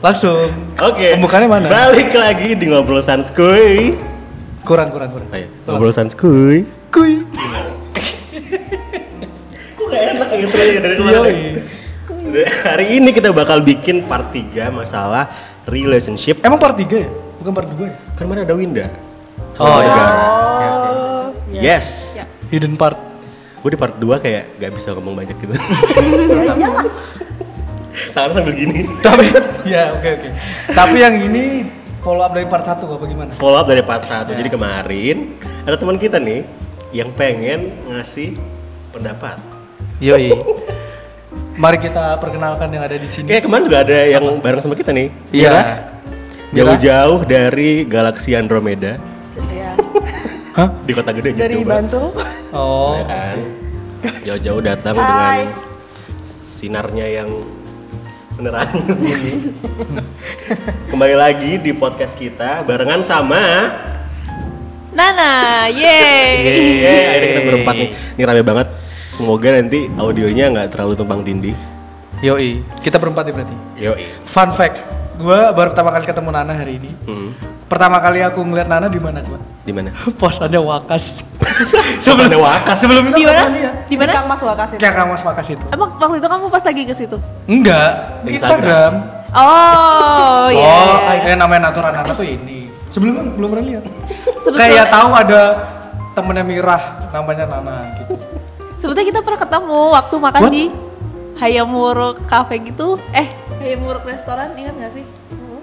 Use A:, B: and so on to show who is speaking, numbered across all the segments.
A: Langsung.
B: Oke.
A: Pembukaannya mana?
B: Balik lagi di ngobrol sanskuy.
A: Kurang kurang kurang.
B: Ayo, ngobrol sanskuy.
A: Kuy.
B: Kok gak enak intronya dari kemarin?
A: Yoi.
B: Hari ini kita bakal bikin part 3 masalah relationship.
A: Emang part 3 ya? Bukan part 2 ya?
B: Kan mana ada Winda?
A: Oh, iya.
C: Oke, oke.
B: Yes.
C: Ya.
A: Hidden part.
B: Gue di part 2 kayak gak bisa ngomong banyak gitu. Tangan sambil gini.
A: Tapi ya oke oke. Tapi yang ini follow up dari part 1 apa gimana?
B: Follow up dari part 1. Jadi kemarin ada teman kita nih yang pengen ngasih pendapat.
A: Yoi. Mari kita perkenalkan yang ada di sini.
B: Kayak kemarin juga ada yang bareng sama kita nih. Mira.
A: Iya.
C: Ya
A: Mira?
B: Jauh-jauh dari galaksi Andromeda
C: Iya.
A: Hah?
B: di kota gede aja
C: Dari Bantul.
A: Oh.
B: kan. Jauh-jauh datang
C: Hai.
B: dengan sinarnya yang menerangi ini. Kembali lagi di podcast kita barengan sama
C: Nana,
A: Iya,
C: yeay.
B: Yeay, Iya, akhirnya kita berempat nih. Ini rame banget. Semoga nanti audionya nggak terlalu tumpang tindih.
A: Yoi. Kita berempat ya berarti.
B: Yoi.
A: Fun fact, gue baru pertama kali ketemu Nana hari ini.
B: Hmm.
A: Pertama kali aku ngeliat Nana di mana coba?
B: Di mana?
A: Posannya Wakas.
B: Sebelum Wakas.
A: Sebelum itu
D: di
A: aku
D: mana?
A: pernah lihat.
D: Di mana?
C: Kang Mas Wakas itu.
A: Kayak Kang Mas Wakas itu.
D: Emang waktu itu kamu pas lagi ke situ?
A: Enggak, di Instagram.
D: Oh, iya.
A: oh,
D: iya.
A: kayak namanya Natura Nana tuh ini. Sebelum kan belum pernah lihat.
D: Sebetulnya-
A: Kayak tahu ada temennya Mirah namanya Nana gitu.
D: Sebetulnya kita pernah ketemu waktu makan
A: What?
D: di Hayamuruk Cafe gitu. Eh, Hayamuruk Restoran ingat gak sih?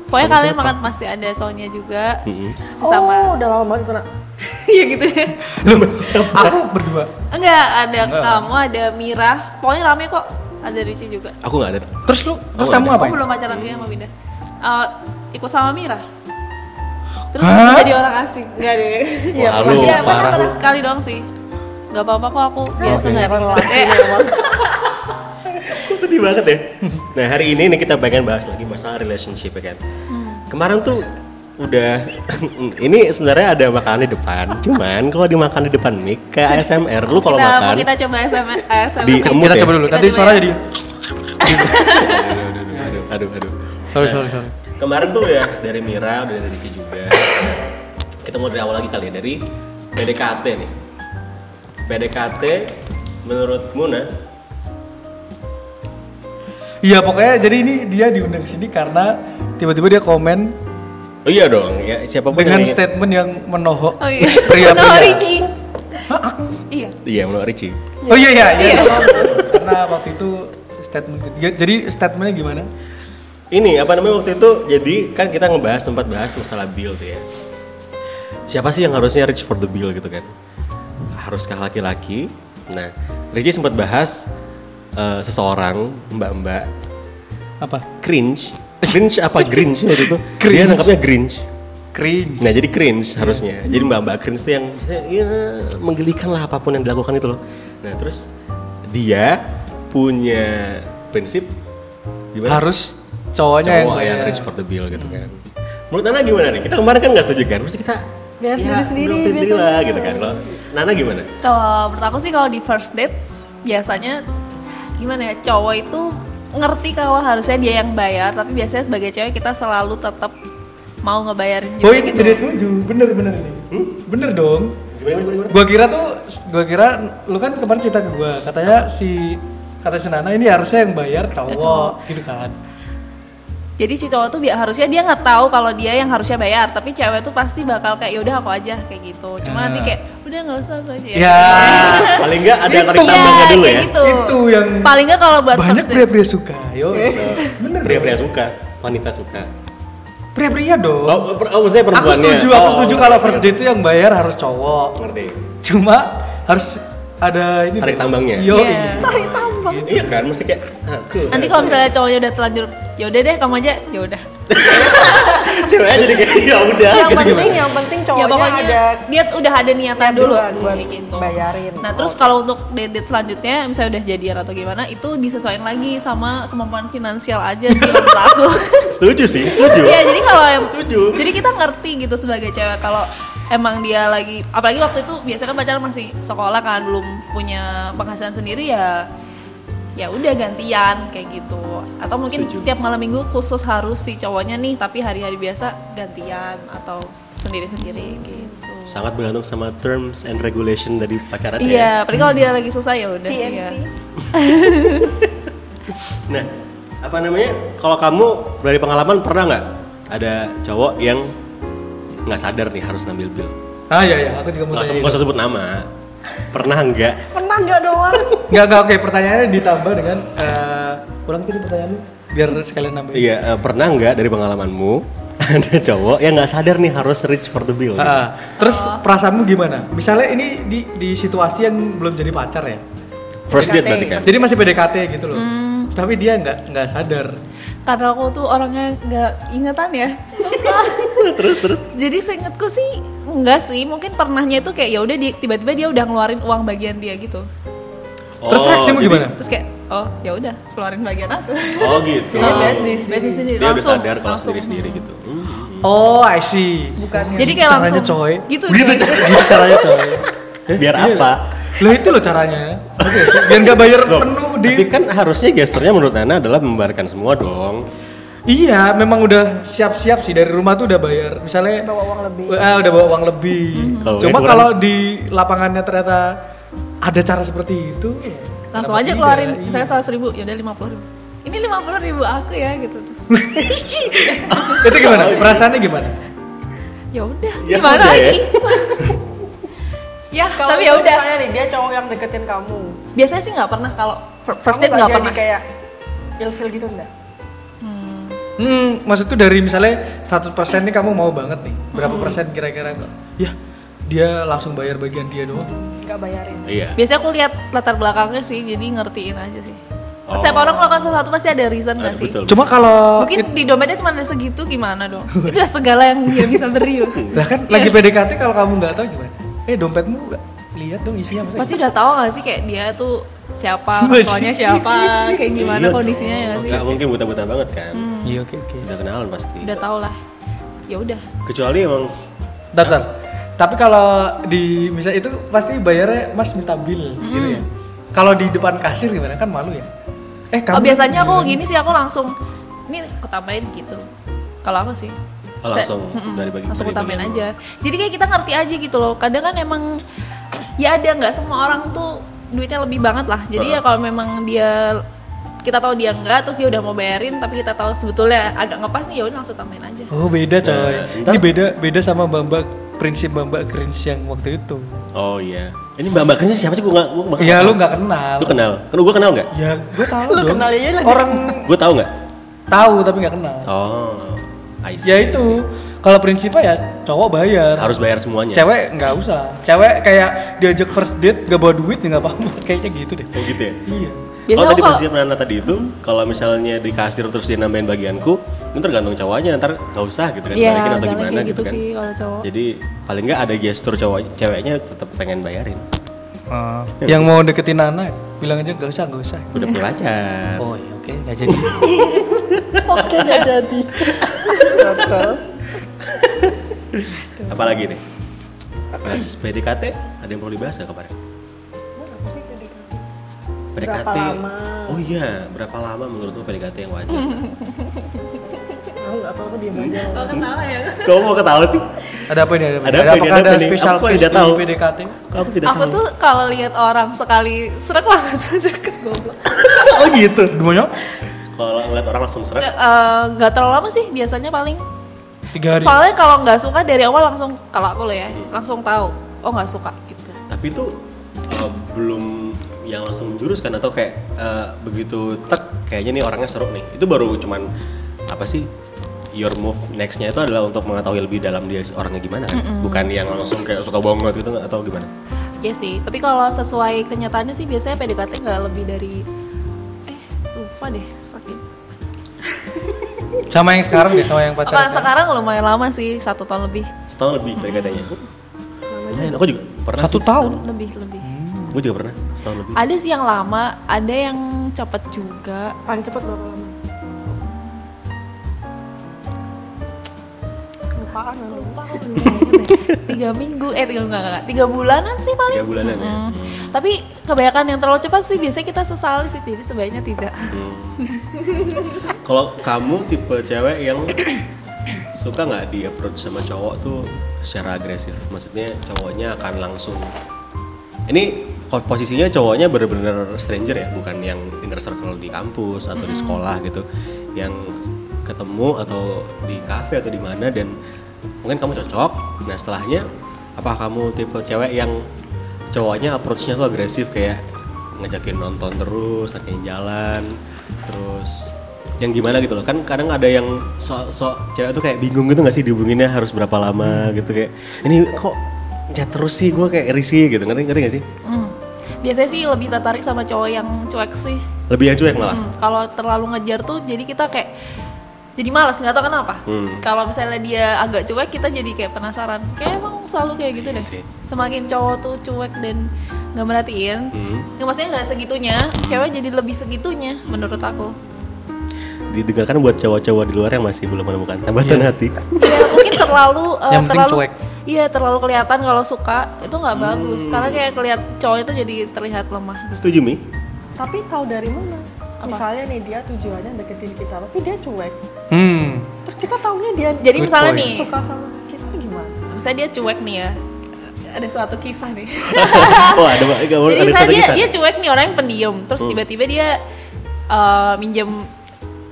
D: Pokoknya kalian makan pasti ada soalnya juga.
C: Oh,
D: Sesama.
C: udah lama banget kena.
D: Iya gitu ya.
A: Lu aku berdua.
D: Enggak, ada kamu, ada Mira. Pokoknya rame kok. Ada Ricci juga.
B: Aku nggak ada.
A: Terus lu terus
B: Oh,
A: kamu
B: ada.
A: apa?
D: Aku belum pacaran dia sama Winda. Eh, ikut sama Mira. Terus
A: Hah?
D: jadi orang asing. Enggak deh.
B: Wah, lu
D: Iya, pernah
B: parah lu.
D: pernah sekali doang sih. Gak apa-apa kok aku biasa
A: Oke.
D: nggak Eh, okay.
B: Kok sedih banget ya? Nah hari ini nih kita pengen bahas lagi masalah relationship ya kan. Kemarin tuh udah ini sebenarnya ada makanan di depan. Cuman kalau dimakan di depan mic kayak ASMR lu kalau
D: Kita mau
B: makan
D: kita coba SMA ASMR.
B: Di-
A: Kita,
B: Kamu
A: kita
B: deh.
A: coba dulu.
D: Kita
A: Nanti
D: dulu
A: suara
D: ya.
A: jadi
B: aduh, aduh aduh.
A: Sorry, sorry, sorry.
B: Kemarin tuh udah dari Mira, udah dari Riki juga. Kita mau dari awal lagi kali ya dari PDKT nih. PDKT menurut Muna
A: Iya, pokoknya jadi ini dia diundang ke sini karena tiba-tiba dia komen
B: Oh iya dong, ya siapa
A: dengan statement yang menohok
D: Oh iya.
A: pria-pria.
D: Kenapa Ricci?
A: Hah, aku?
D: Iya.
B: Iya, menurut Ricci.
A: Oh iya iya iya.
D: Iya.
A: Karena waktu itu statement ketiga. Jadi statementnya gimana?
B: Ini apa namanya waktu itu jadi kan kita ngebahas sempat bahas masalah bill tuh ya. Siapa sih yang harusnya reach for the bill gitu kan? Haruskah laki-laki? Nah, Ricci sempat bahas eh, seseorang mbak-mbak
A: Apa?
B: cringe. Cringe apa cringe waktu itu? Dia
A: Cringe.
B: nangkapnya cringe.
A: Kering.
B: Nah jadi cringe harusnya. Jadi mbak-mbak cringe tuh yang maksudnya, ya, menggelikan lah apapun yang dilakukan itu loh. Nah terus dia punya prinsip gimana?
A: Harus cowoknya yang,
B: cowok ya, yang
A: bayar.
B: rich for the bill gitu kan. Menurut Nana gimana nih? Kita kemarin kan nggak setuju kan? Terus kita
C: Biar sendiri-sendiri,
B: sendiri, sendiri
C: biar
B: lah
C: sendiri.
B: gitu kan. Kalau Nana gimana?
D: Kalau menurut aku sih kalau di first date biasanya gimana ya cowok itu ngerti kalau harusnya dia yang bayar tapi biasanya sebagai cewek kita selalu tetap mau ngebayarin juga
A: Oh iya
D: gitu.
A: tidak setuju. Bener bener ini.
B: Hmm?
A: Bener dong.
B: Gimana gimana gimana?
A: Gua kira tuh, gua kira lu kan kemarin cerita ke gua katanya si kata si Nana ini harusnya yang bayar cowok, gitu kan.
D: Jadi si cowok tuh bi- harusnya dia nggak tahu kalau dia yang harusnya bayar, tapi cewek tuh pasti bakal kayak yaudah aku aja kayak gitu. Cuma nanti kayak udah nggak usah aku aja.
A: Ya.
B: Paling nggak ada tarik
D: Iya,
B: tambangnya dulu
D: kayak
B: ya.
D: Gitu.
A: Itu yang
D: paling nggak kalau buat
A: Banyak
D: first date.
A: pria-pria suka. Yo.
B: Iya.
A: bener.
B: Pria-pria suka, wanita suka.
A: Pria-pria dong.
B: Oh, per- oh, maksudnya
A: aku
B: perempuannya.
A: setuju, aku
B: Oh,
A: setuju
B: oh,
A: kalau
B: ngerti,
A: first date itu yang bayar harus cowok.
B: Ngerti.
A: cuma harus ada ini
B: Tarik
A: dong.
B: tambangnya.
A: Yo,
D: Iya.
A: tarik tambang.
B: Iya kan, mesti kayak aku.
D: Nanti kalau misalnya cowoknya udah terlanjur, yaudah deh kamu aja, ya yaudah.
B: ceweknya jadi kayak ya udah
C: Yang
B: gitu
C: penting, yang penting
D: ya
C: cowoknya
D: pokoknya
C: ada
D: dia udah ada niatan
C: niat
D: dulu
C: duluan buat
D: kayak gitu.
C: bayarin. Oh.
D: Nah terus kalau untuk date, date selanjutnya misalnya udah jadian atau gimana itu disesuaikan lagi sama kemampuan finansial aja sih menurut aku.
B: setuju sih setuju
D: Iya jadi kalau yang
B: Setuju.
D: jadi kita ngerti gitu sebagai cewek kalau emang dia lagi apalagi waktu itu biasanya kan pacaran masih sekolah kan belum punya penghasilan sendiri ya ya udah gantian kayak gitu atau mungkin
B: Setuju.
D: tiap malam minggu khusus harus si cowoknya nih tapi hari-hari biasa gantian atau sendiri-sendiri gitu
B: sangat bergantung sama terms and regulation dari pacaran ya.
D: iya paling kalau dia lagi susah ya udah sih ya
C: TMC.
B: Nah, apa namanya? Kalau kamu dari pengalaman pernah nggak ada cowok yang nggak sadar nih harus ngambil bil?
A: Ah iya iya, aku juga mau
B: Nggak usah
A: tanya.
B: nggak
A: itu.
B: usah sebut nama. Pernah nggak?
C: Pernah nggak doang?
A: Enggak enggak oke, pertanyaannya ditambah dengan eh ulang tadi pertanyaan lu biar sekalian nambahin.
B: Iya, eh, pernah nggak dari pengalamanmu ada cowok yang nggak sadar nih harus reach for the bill?
A: Ah, terus perasaanmu gimana? Misalnya ini di di situasi yang belum jadi pacar ya.
B: First date
C: PDKT.
B: berarti kan?
A: Jadi masih PDKT gitu loh. Tapi dia nggak nggak sadar.
D: karena aku tuh orangnya nggak ingetan ya
B: terus terus.
D: jadi seingetku sih enggak sih mungkin pernahnya itu kayak ya udah dia- tiba-tiba dia udah ngeluarin uang bagian dia gitu
A: terus reaksimu
B: Oh, jadi-
A: gimana?
D: terus kayak oh ya udah keluarin bagian aku
B: Oh gitu.
C: Dia bahas di
D: Biasa
C: sini.
D: sendiri,
B: Dia udah
D: langsung,
B: sadar kalau
D: langsung.
B: sendiri sendiri gitu. Hmm.
A: Oh, I see.
C: Bukan.
D: jadi kayak
A: Caranya,
D: langsung
A: coy.
D: gitu
B: Gitu,
D: coy.
A: Gitu caranya coy. Eh,
B: Biar
A: iya.
B: apa?
A: Lah itu loh caranya. Oke, biar nggak bayar
B: Loh,
A: penuh di.
B: Tapi kan harusnya gesternya menurut Nana adalah membarkan semua dong.
A: Iya, memang udah siap-siap sih dari rumah tuh udah bayar. Misalnya
C: Bawa uang lebih.
A: Ah, udah bawa uang lebih.
D: Mhm.
B: Kalau
A: Cuma
B: kurang-
A: kalau di lapangannya ternyata ada cara seperti itu, ya, kenapa
D: langsung aja
A: tidak?
D: keluarin
A: Iya.
D: misalnya seratus ribu ya udah lima puluh ribu ini lima puluh ribu aku ya gitu terus
A: itu gimana? Perasaannya gimana?
D: ya udah
B: Ya
D: gimana
B: udah ya.
D: lagi ya
C: Kalau
D: tapi ya
C: itu
D: udah
C: Misalnya nih dia cowok yang deketin kamu.
D: biasanya sih nggak pernah kalau fir- first
C: Kamu
D: date nggak
C: jadi
D: pernah
C: kayak ilfil gitu enggak?
A: Hmm, maksud tuh dari misalnya 100% nih kamu mau banget nih. Berapa
D: Mhm.
A: persen kira-kira kok? Ya, dia langsung bayar bagian dia doang.
C: Enggak bayarin.
B: Iya.
D: biasanya aku lihat latar belakangnya sih jadi ngertiin aja sih
B: Oh.
D: setiap orang melakukan sesuatu pasti ada reason
B: Ada-
D: nggak Iya sih
B: betul.
A: Cuma kalau
D: mungkin di dompetnya cuma ada segitu gimana dong itu udah segala yang dia bisa beri loh
A: lah kan lagi PDKT kalau kamu nggak tahu gimana? Eh, dompetmu nggak? lihat dong isinya maksudnya.
D: pasti udah tahu nggak sih kayak dia tuh siapa orang tuanya siapa kayak gimana
B: Iya dong.
D: kondisinya ya nggak sih Hmm.
B: Nggak mungkin buta-buta banget kan.
A: Iya, oke oke.
B: Udah kenalan pasti.
D: udah tau lah ya udah
B: Kecuali emang
A: Daftar. Tapi kalau di misal itu pasti bayarnya Mas minta bill
D: Hmm.
A: gitu ya. Kalau di depan kasir gimana kan malu ya? Eh kamu
D: oh, biasanya aku gini sih aku langsung ini aku tambahin gitu kalau aku sih
B: Oh,
D: Saya-
B: langsung
D: Mm-mm,
B: dari bagi-
D: langsung
B: dari
D: aku tambahin
B: bagian
D: aja jadi kayak kita ngerti aja gitu loh kadang kan emang ya ada nggak semua orang tuh duitnya lebih banget lah jadi ya kalau memang dia kita tahu dia enggak terus dia udah mau bayarin tapi kita tahu sebetulnya agak ngepas nih ya udah langsung tambahin aja
A: Oh beda coy.
B: ntar-
A: Ini beda beda sama Bambak prinsip Bambak Grins yang waktu itu.
B: oh iya. Ini Mbak Mbak siapa sih? Gue nggak gua nggak
A: Iya
B: tahu.
A: lu nggak kenal.
B: Lu kenal? Kan gue kenal nggak?
A: Ya gue tahu
C: Lu
A: dong.
C: kenal aja lagi.
A: Orang
B: Gue tahu nggak?
A: tahu tapi nggak kenal.
B: Oh, I see,
A: Ya
B: I see.
A: itu kalau prinsipnya ya cowok bayar.
B: harus bayar semuanya.
A: Cewek nggak usah. Cewek kayak diajak first date gak bawa duit ya nggak apa-apa. Kayaknya gitu deh.
B: Oh gitu ya.
A: Iya.
D: Biasanya
B: kalau tadi
D: aku kalau-
B: prinsip Nana tadi itu, kalau misalnya di kasir terus dia nambahin bagianku, itu tergantung cowoknya, ntar nggak usah gitu kan, balikin atau
D: udah lah,
B: gimana
D: Iya, kayak
B: gitu,
D: gitu
B: kan.
D: sih kalau cowok
B: Jadi paling nggak ada gestur cowok ceweknya tetap pengen bayarin.
A: yang mau deketin Nana bilang aja gak usah gak usah
B: Udah punya pacar.
A: oh iya, oke nggak jadi
C: Oke, enggak jadi. Total.
B: Apalagi nih? Mas PDKT ada yang perlu dibahas nggak kemarin?
C: Berapa
B: PDKT.
C: lama?
B: Oh iya, berapa lama menurutmu PDKT yang wajar?
C: Aku enggak tahu aku diam aja.
D: kalau kenal ya
B: Kamu mau ketawa sih?
A: ada apa ini ada, apa
B: Ada
A: ini?
B: apa
A: apakah
B: ini? Ada
A: ada
B: apa ini?
A: spesial
B: Aku
A: case
B: tidak tahu.
A: di PDKT
B: Kamu tidak
D: aku
B: tahu.
D: tuh kalau lihat orang sekali serak langsung deket goblok
B: oh gitu.
A: gimana
B: Kalau ngeliat orang langsung
D: nggak
B: serak,
D: eh, nggak terlalu lama sih biasanya paling
A: tiga hari
D: soalnya kalau nggak suka dari awal langsung kalau aku loh ya langsung tahu oh nggak suka gitu
B: tapi tuh eh, belum yang langsung jurus kan atau kayak eh, begitu tek kayaknya nih orangnya seru nih. Itu baru cuman apa sih? Your move nextnya itu adalah untuk mengetahui lebih dalam dia orangnya gimana, kan? bukan yang langsung kayak suka banget gitu atau gimana?
D: ya sih tapi kalau sesuai kenyataannya sih biasanya PDKT nggak lebih dari eh lupa deh sakit
A: sama yang sekarang deh sama yang
D: apa
A: pacaran kan?
D: sekarang lumayan lama sih satu tahun lebih
B: Setahun lebih PDKT-nya. Lumayan, aku juga pernah.
A: Hmm. satu
B: sih.
A: tahun
D: lebih lebih
B: Gue juga pernah setahun lebih.
D: ada sih yang lama ada yang cepet juga
C: Paling cepet berapa lama? Lupaan lu.
D: tiga minggu eh tiga enggak, enggak, enggak. tiga bulanan sih paling
B: Tiga bulanan ya.
D: Mm. tapi kebanyakan yang terlalu cepat sih biasanya kita sesali sih jadi sebaiknya tidak
B: Kalau kamu tipe cewek yang suka nggak di approach sama cowok tuh secara agresif, maksudnya cowoknya akan langsung. Ini ko- posisinya cowoknya bener-bener stranger ya, bukan yang inner circle di kampus atau di sekolah gitu, yang ketemu atau di kafe atau di mana dan mungkin kamu cocok. Nah setelahnya, apa kamu tipe cewek yang cowoknya approach-nya tuh agresif kayak ngajakin nonton terus, ngajakin jalan, terus yang gimana gitu loh kan kadang ada yang sok-sok cewek tuh kayak bingung gitu nggak sih dihubunginnya harus berapa lama gitu kayak ini kok chat terus sih gue kayak risih gitu ngerti ngerti gak sih
D: Hmm. biasanya sih lebih tertarik sama cowok yang cuek sih
B: lebih yang cuek malah
D: Hmm, kalau terlalu ngejar tuh jadi kita kayak jadi malas nggak tahu kenapa.
B: Hmm.
D: Kalau misalnya dia agak cuek kita jadi kayak penasaran. Kayak emang selalu kayak gitu
A: Iya
D: deh.
B: sih.
D: Semakin cowok tuh cuek dan nggak merhatiin,
B: Hmm.
D: ya maksudnya nggak segitunya,
A: Hmm.
D: cewek jadi lebih segitunya menurut aku.
B: didengarkan buat cowok-cowok di luar yang masih belum menemukan tambatan hati
D: Iya mungkin terlalu eh,
A: Yang penting
D: terlalu
A: cuek. Hmm.
D: Iya terlalu kelihatan kalau suka itu nggak bagus. Karena kayak kelihat cowok itu jadi terlihat lemah.
B: setuju mi
C: Tapi tahu dari mana? Misalnya nih dia tujuannya deketin kita, tapi dia cuek.
A: Hmm.
C: Terus kita taunya dia
D: Jadi
A: Good
D: misalnya
A: point.
D: nih,
C: suka sama kita gimana?
D: misalnya dia cuek nih ya. Ada suatu kisah nih.
B: wah ada ada,
D: Jadi
B: ada Hmm. satu
D: misalnya Iya, dia,
B: kisah.
D: dia cuek nih orang yang pendiam, terus tiba-tiba dia eh, minjem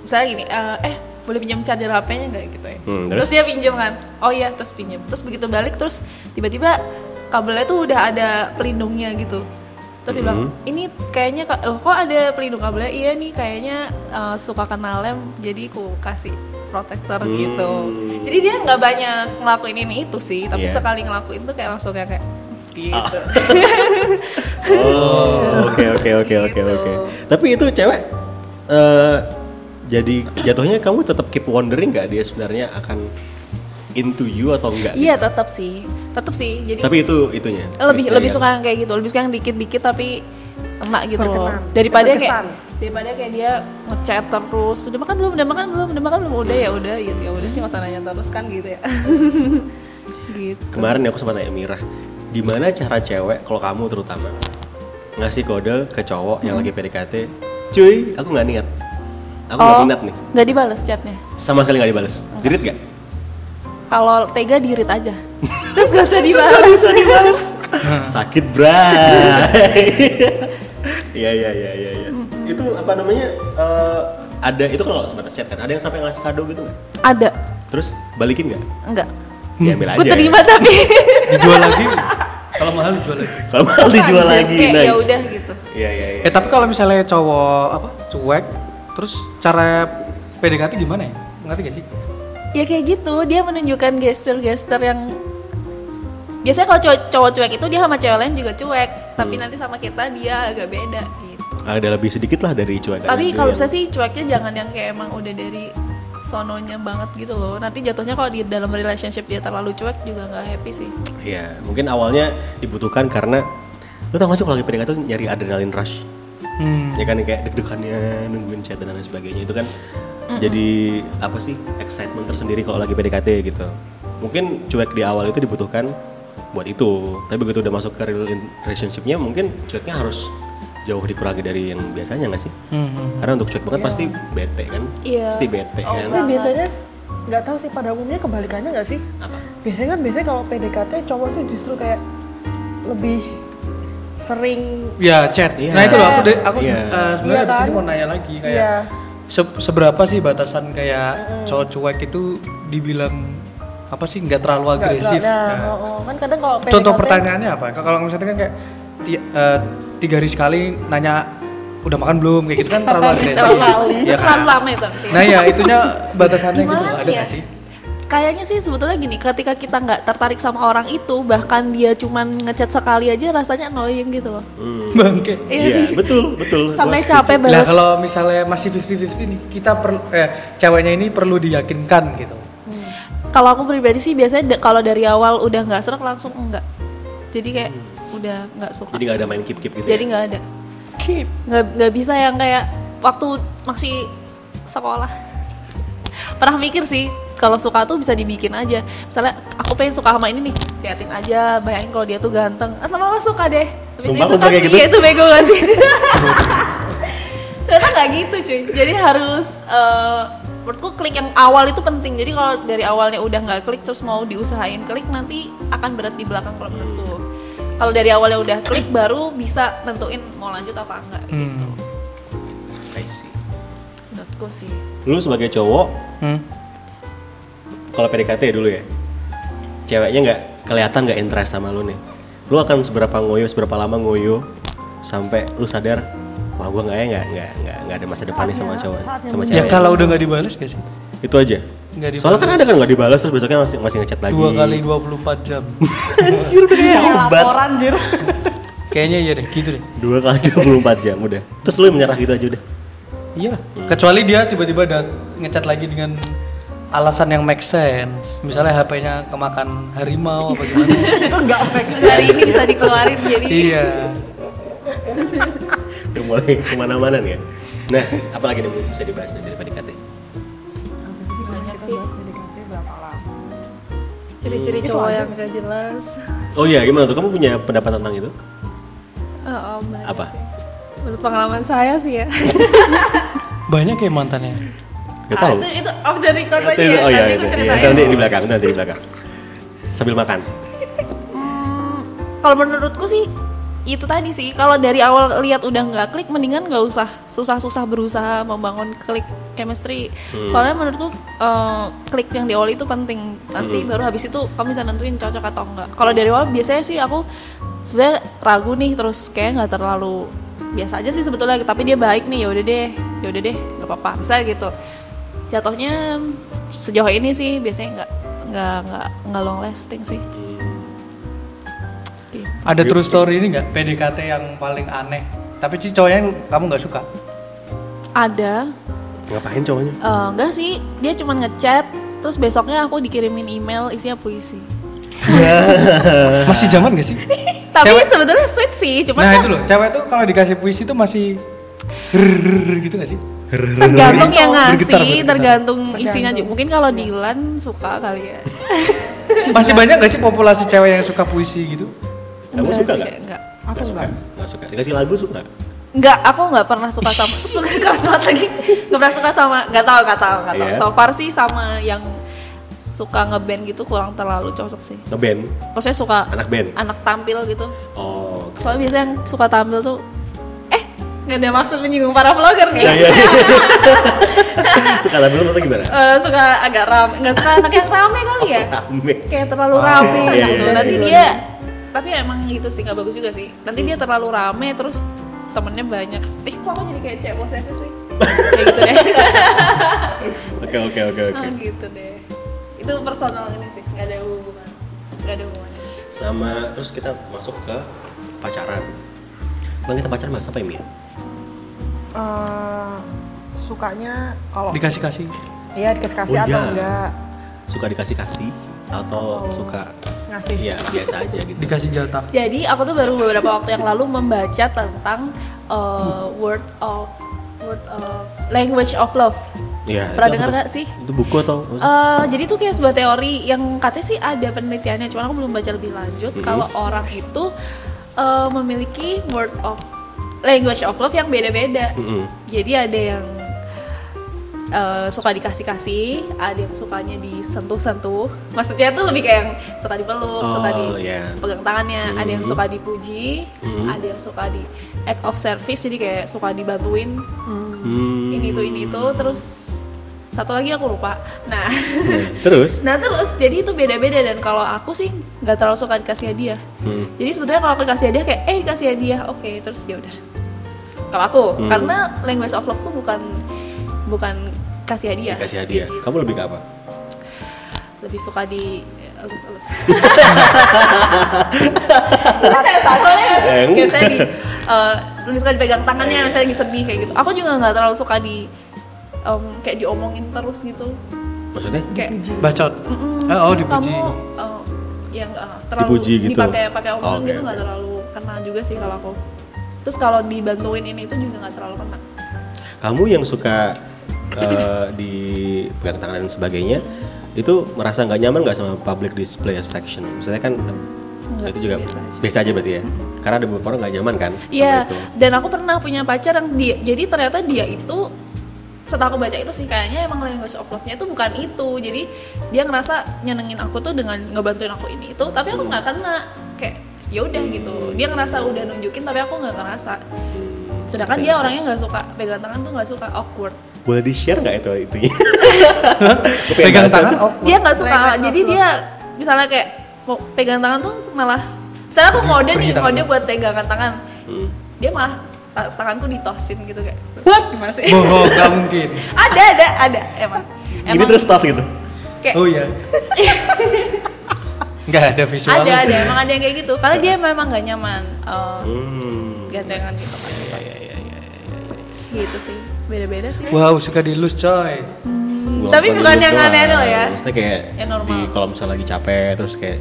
D: misalnya gini, eh, eh boleh pinjam charger HP-nya nggak gitu ya?
B: Hmm,
D: terus?
B: terus?
D: dia pinjam kan, oh iya terus pinjam, terus begitu balik terus tiba-tiba kabelnya tuh udah ada pelindungnya gitu, terus dia bilang
B: Hmm.
D: ini kayaknya ka- loh kok ada pelindung kabelnya? Iya nih kayaknya eh, suka kena lem, jadi ku kasih protektor gitu. Jadi dia nggak banyak ngelakuin ini itu sih,
B: Hmm.
D: tapi
B: Iya.
D: sekali ngelakuin tuh kayak langsung kayak kayak gitu.
B: oh oke oke oke oke
D: Gitu.
B: oke tapi itu cewek eh, jadi jatuhnya kamu tetap keep wondering nggak dia sebenarnya akan into you atau enggak
D: Iya tetap sih, tetap sih. Jadi
B: tapi Iya, itu itunya
D: lebih
B: twistnya
D: lebih
B: yang-
D: suka yang kayak gitu, lebih suka yang dikit-dikit tapi enak gitu loh.
C: Berkenan.
D: Daripada kayak
C: Berkesan.
D: daripada kayak dia ngechat terus, udah makan belum, udah makan belum, udah makan belum, udah ya udah gitu ya udah sih nggak usah nanya terus kan gitu ya. gitu.
B: Kemarin aku sempat nanya Mira, gimana cara cewek kalau kamu terutama ngasih kode ke cowok yang
D: Hmm.
B: lagi PDKT, cuy, aku nggak niat, aku nggak minat nih,
D: Oh, nggak dibales chatnya.
B: sama sekali nggak dibales, dirit nggak?
D: Kalau tega dirit aja, terus gak usah dibales.
B: Bisa dibales, sakit bray. Iya iya iya iya. iya.
D: Hmm.
B: Itu apa namanya? eh, ada itu kalau sebatas chat kan, ada yang sampai ngasih kado gitu nggak?
D: Ada,
B: Terus balikin nggak?
D: enggak.
B: Diambil aja.
D: Gue terima tapi
A: Dijual lagi. Kalau mahal dijual lagi.
B: Kalau mahal dijual lagi,
D: kayak
B: nice.
D: ya udah gitu.
B: Iya iya iya.
A: Eh tapi kalau misalnya cowok apa cuek, terus cara PDKT gimana ya? Ngerti gak sih?
D: ya kayak gitu dia menunjukkan gesture-gesture yang biasanya kalau cowok, cowok cuek itu dia sama cewek lain juga cuek tapi nanti sama kita dia agak beda gitu
B: Ada lebih sedikit lah dari ya. cuek.
D: tapi
B: Ada
D: kalau
B: yang-
D: bisa sih cueknya jangan yang kayak emang udah dari sononya banget gitu loh nanti jatuhnya kalau di dalam relationship dia terlalu cuek juga nggak happy sih
B: Iya, mungkin awalnya dibutuhkan karena lu tau gak sih kalau lagi PDKT tuh nyari adrenalin rush.
A: Hmm.
B: Ya kan kayak deg-degannya nungguin chat dan lain sebagainya itu kan jadi apa sih excitement tersendiri kalau lagi PDKT gitu. Mungkin cuek di awal itu dibutuhkan buat itu. Tapi begitu udah masuk ke real in- relationship-nya mungkin cueknya harus jauh dikurangi dari yang biasanya gak sih?
A: Hmm, hmm.
B: Karena untuk cuek banget pasti bete kan?
D: Iya.
B: Pasti bete kan?
C: Tapi biasanya nggak tahu sih pada umumnya kebalikannya nggak sih?
B: Apa?
C: Biasanya kan biasanya kalau PDKT cowok itu justru kayak lebih sering
A: Ya chat.
B: Iya.
A: Nah itu loh aku de- aku
B: Iya.
A: eh, sebenarnya
C: Iya
A: di sini
C: kan?
A: mau nanya lagi kayak
C: Iya.
A: se- seberapa sih batasan kayak cowok cuek itu dibilang apa sih nggak terlalu
C: nggak-
A: agresif?
C: nggak- nah,
A: Nah,
C: oh, oh. kan kadang kalau PDKT
A: Contoh pertanyaannya apa? Kalau misalnya kan kayak ti- eh, tiga hari sekali nanya udah makan belum kayak gitu kan terlalu agresif.
D: terlalu
A: Iya kan?
D: terlalu lama itu
A: Nah ya itunya batasannya gitu
D: Gimana
A: loh, ada
D: ya?
A: nggak sih?
D: Kayaknya sih sebetulnya gini, ketika kita nggak tertarik sama orang itu, bahkan dia cuman ngechat sekali aja rasanya annoying gitu loh.
A: Bangke.
B: Iya, betul, betul.
D: Sampai
B: Bos.
D: capek
A: Lah
D: banget.
A: kalau misalnya masih 50-50 nih, kita perlu eh ceweknya ini perlu diyakinkan gitu.
D: Kalau aku pribadi sih biasanya da- kalau dari awal udah nggak serak langsung enggak. Jadi kayak udah nggak suka.
B: Hmm. Jadi gak ada main keep-keep gitu
D: Jadi
B: ya?
D: nggak ada.
C: keep
D: Nggak nggak bisa yang kayak waktu masih sekolah. Pernah mikir sih kalau suka tuh bisa dibikin aja misalnya aku pengen suka sama ini nih liatin aja bayangin kalau dia tuh ganteng atau lama suka deh Habis
B: Sumpah,
D: itu
B: aku pakai gitu.
D: iya, itu bego gak sih ternyata nggak gitu cuy jadi harus eh, menurutku klik yang awal itu penting jadi kalau dari awalnya udah nggak klik terus mau diusahain klik nanti akan berat di belakang kalau menurutku kalau dari awalnya udah klik baru bisa nentuin mau lanjut apa enggak
B: Gitu.
A: Hmm.
B: I see.
D: menurutku sih
B: Lu sebagai cowok,
A: Hmm.
B: kalau PDKT ya dulu ya, ceweknya nggak kelihatan nggak interest sama lu nih. Lu akan seberapa ngoyo, seberapa lama ngoyo sampai lu sadar, wah gua nggak ya nggak nggak nggak nggak ada masa depan nih sama
C: Saatnya-
B: cowok
C: saatnya
B: sama
A: Ya
B: cewek.
A: kalau udah nggak dibalas gak sih?
B: Itu aja.
A: Nggak dibalas.
B: Soalnya kan ada kan nggak dibalas terus besoknya masih masih ngechat lagi.
A: Dua kali 24 jam.
C: Kayak
B: obat.
C: laporan jir.
A: Kayaknya iya deh, gitu deh.
B: Dua kali 24 jam udah. Terus lu menyerah gitu aja udah.
A: Iya. Kecuali dia tiba-tiba dat ngecat lagi dengan alasan yang make sense. Misalnya HP-nya kemakan harimau apa gimana.
D: Iya.
C: Itu enggak make
D: hari ini bisa dikeluarin jadi
A: iya.
B: Udah mulai kemana-mana nih ya. Nah, apalagi nih yang bisa dibahas nih dari PDKT?
D: banyak
C: Kita
D: sih
C: bahas PDKT berapa lama?
D: ciri-ciri
C: Itu
D: cowok
C: aja.
D: yang gak jelas
B: Oh iya, gimana tuh? Kamu punya pendapat tentang itu?
D: oh, oh, banyak
B: Apa?
D: sih. menurut pengalaman saya sih ya
A: Banyak ya mantannya.
B: Gak tahu.
D: Ah, itu itu off the record aja
B: Itu-
D: ya
B: oh iya,
D: nanti
B: itu,
D: aku
B: iya.
D: ceritain
B: Itu nanti di belakang, itu nanti di belakang. Sambil makan.
D: Hmm, kalau menurutku sih itu tadi sih kalau dari awal lihat udah nggak klik mendingan nggak usah susah-susah berusaha membangun klik chemistry soalnya menurutku eh, klik yang di awal itu penting nanti baru habis itu kamu bisa nentuin cocok atau enggak kalau dari awal biasanya sih aku sebenarnya ragu nih terus kayak nggak terlalu biasa aja sih sebetulnya tapi dia baik nih ya udah deh ya udah deh nggak apa-apa misalnya gitu jatuhnya sejauh ini sih biasanya nggak nggak nggak nggak long lasting sih gitu.
A: Ada true story ini nggak PDKT yang paling aneh? Tapi ci- cowoknya yang kamu nggak suka.
D: Ada.
B: Ngapain cowoknya?
D: Eh, enggak sih, dia cuma ngechat terus besoknya aku dikirimin email isinya puisi.
A: Masih zaman gak sih?
D: Tapi sebetulnya sweet sih, Eh. cuman
A: nah
D: kan
A: itu loh, cewek tuh kalau dikasih puisi tuh masih rrrr gitu gak sih?
D: tergantung yang ngasih,
A: Bergetar, bergetar.
D: tergantung isinya
C: Tergantung.
D: juga. Mungkin kalau Dilan suka kali ya.
A: Masih banyak gak sih populasi cewek yang suka puisi gitu?
B: Kamu
D: Enggak
B: suka
D: sih,
B: nggak?
D: kayak Enggak.
C: Aku enggak.
B: Gak suka. Dikasih lagu suka?
D: Enggak, aku enggak pernah suka sama suka keras banget lagi. Enggak pernah suka sama enggak tahu, enggak tahu, enggak tahu.
B: Iya.
D: So far sih sama yang suka ngeband gitu kurang terlalu cocok sih.
B: Ngeband?
D: Maksudnya suka
B: Anak band?
D: anak tampil gitu.
B: Oh. oke.
D: Soalnya biasanya yang suka tampil tuh eh nggak ada maksud menyinggung para vlogger nih.
B: Nah, iya. suka lagu atau gimana?
D: Eh, suka agak rame, nggak suka anak yang rame kali ya.
B: Rame.
D: Kayak terlalu rame
B: iya,
D: gitu.
B: iya,
D: Nanti
B: iya.
D: dia Hmm. tapi emang gitu sih nggak bagus juga sih. Nanti dia terlalu rame terus temennya banyak. Eh kok aku jadi kayak cewek posesif sih? kayak gitu deh.
B: Oke, oke, oke, oke.
D: Ah, gitu deh. Itu personal ini sih, nggak ada hubungan. Nggak ada hubungannya.
B: Sama terus kita masuk ke pacaran. Bang kita pacaran bahas apa ya, Mia?
C: Eh, sukanya kalau
A: Dikasih-kasih.
C: iya dikasih kasih
B: Oh,
C: atau
B: iya.
C: enggak
B: Suka dikasih-kasih
D: Oh.
B: atau suka
C: ngasih
B: Iya, biasa aja gitu.
A: Dikasih jatah.
D: Jadi aku tuh baru beberapa waktu yang lalu membaca tentang uh, word of word of language of love.
B: Iya.
D: Pernah
B: itu
D: dengar
B: apa?
D: nggak sih?
B: Itu buku atau?
D: Uh, jadi tuh kayak sebuah teori yang katanya sih ada penelitiannya, cuman aku belum baca lebih lanjut.
B: Hmm.
D: Kalau orang itu uh, memiliki word of language of love yang beda-beda.
B: Mm-mm.
D: Jadi ada yang eh, suka dikasih-kasih, ada yang sukanya disentuh-sentuh. Maksudnya tuh lebih kayak yang suka dipeluk,
B: Oh,
D: suka di
B: iya.
D: pegang tangannya, ada yang
B: Hmm.
D: suka dipuji,
B: Hmm.
D: ada yang suka di act of service, jadi kayak suka dibantuin
B: Hmm.
D: ini itu ini itu, terus satu lagi aku lupa. Nah,
B: Terus?
D: nah terus jadi itu beda-beda dan kalau aku sih nggak terlalu suka dikasih hadiah.
B: Hmm.
D: Jadi sebetulnya kalau aku dikasih hadiah kayak eh dikasih hadiah, oke terus ya udah. Kalau aku
B: Hmm.
D: karena language of love tuh bukan bukan kasih hadiah.
B: Dikasih hadiah. Kamu lebih ke apa?
D: Lebih suka di eh, elus-elus. Soalnya- soalnya
B: Eng.
D: biasanya di eh, lebih suka dipegang tangannya misalnya lagi sedih kayak gitu. Aku juga nggak terlalu suka di em, kayak diomongin terus gitu.
B: Maksudnya?
D: Kayak
A: Bacot.
D: Mm-mm,
A: Oh, oh, dipuji.
D: Kamu uh, yang uh, terlalu
B: Dipuji gitu.
D: dipakai pakai omongan
B: Oh, oke,
D: gitu nggak
B: oke.
D: terlalu kena juga sih kalau aku. Terus kalau dibantuin ini itu juga nggak terlalu kena.
B: Kamu yang suka eh, di pegang tangan dan sebagainya, itu merasa nggak nyaman nggak sama public display as fashion? Misalnya kan itu juga biasa aja berarti ya. Karena ada beberapa orang nggak nyaman kan sama
D: Iya,
B: itu.
D: dan aku pernah punya pacar yang dia, jadi ternyata dia itu setelah aku baca itu sih kayaknya emang language of love-nya itu bukan itu. Jadi dia ngerasa nyenengin aku tuh dengan ngebantuin aku ini itu, tapi aku nggak kena kayak ya udah gitu. Dia ngerasa udah nunjukin tapi aku nggak ngerasa. Sedangkan dia orangnya nggak suka pegang tangan tuh nggak suka awkward.
B: Boleh di share nggak itu itunya? Aku pengen
A: Pegang
B: baca
A: tangan
B: tuh.
A: oh
D: Dia nggak suka.
C: Language of
D: Jadi
C: love.
D: dia misalnya kayak mau pegang tangan tuh malah misalnya aku mode
A: pergi
D: nih,
A: tangan
D: mode
A: lu.
D: buat pegangan tangan.
B: Hmm.
D: Dia malah ta- tanganku ditosin gitu kayak. Gimana sih?
A: bohong Oh, nggak mungkin
D: ada ada ada emang
B: Ini
D: emang
B: terus tas gitu.
D: kayak
A: oh iya nggak ada visual
D: ada ada emang ada yang kayak gitu karena dia memang gak nyaman eh,
B: Hmm.
D: gantengan gitu pasti
B: Ya, ya, ya, ya, ya.
D: gitu sih beda beda sih
A: wow suka dilus coy
B: Gua
D: Tapi
B: lakukan
D: bukan
B: dulu
D: yang
B: doang.
D: aneh loh ya.
B: Maksudnya kayak
D: Yang normal.
B: di kalau misalnya lagi capek terus kayak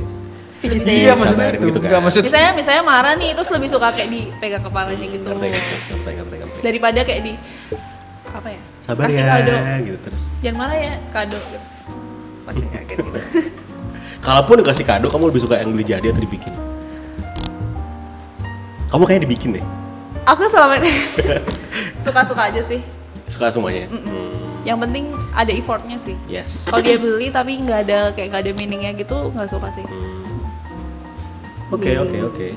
B: Iya,
D: lebih
A: iya maksudnya
B: sabarin
A: itu
B: gitu kan.
A: nggak maksud
D: misalnya misalnya marah nih terus lebih suka kayak dipegang kepalanya gitu
B: ngerti ngerti ngerti ngerti ngerti.
D: daripada kayak di apa ya
B: Sabar
D: kasih
B: ya
D: kado
B: gitu terus.
D: jangan marah ya kado gitu. pasti kayak gitu
B: Kalaupun dikasih kado kamu lebih suka yang beli jadi atau dibikin? Kamu kayaknya dibikin deh.
D: aku selama ini suka suka aja sih
B: Suka semuanya. Hmm.
D: yang penting ada effortnya sih
B: Yes.
D: kalau dia beli tapi nggak ada kayak nggak ada meaningnya gitu nggak suka sih
B: Oke oke oke.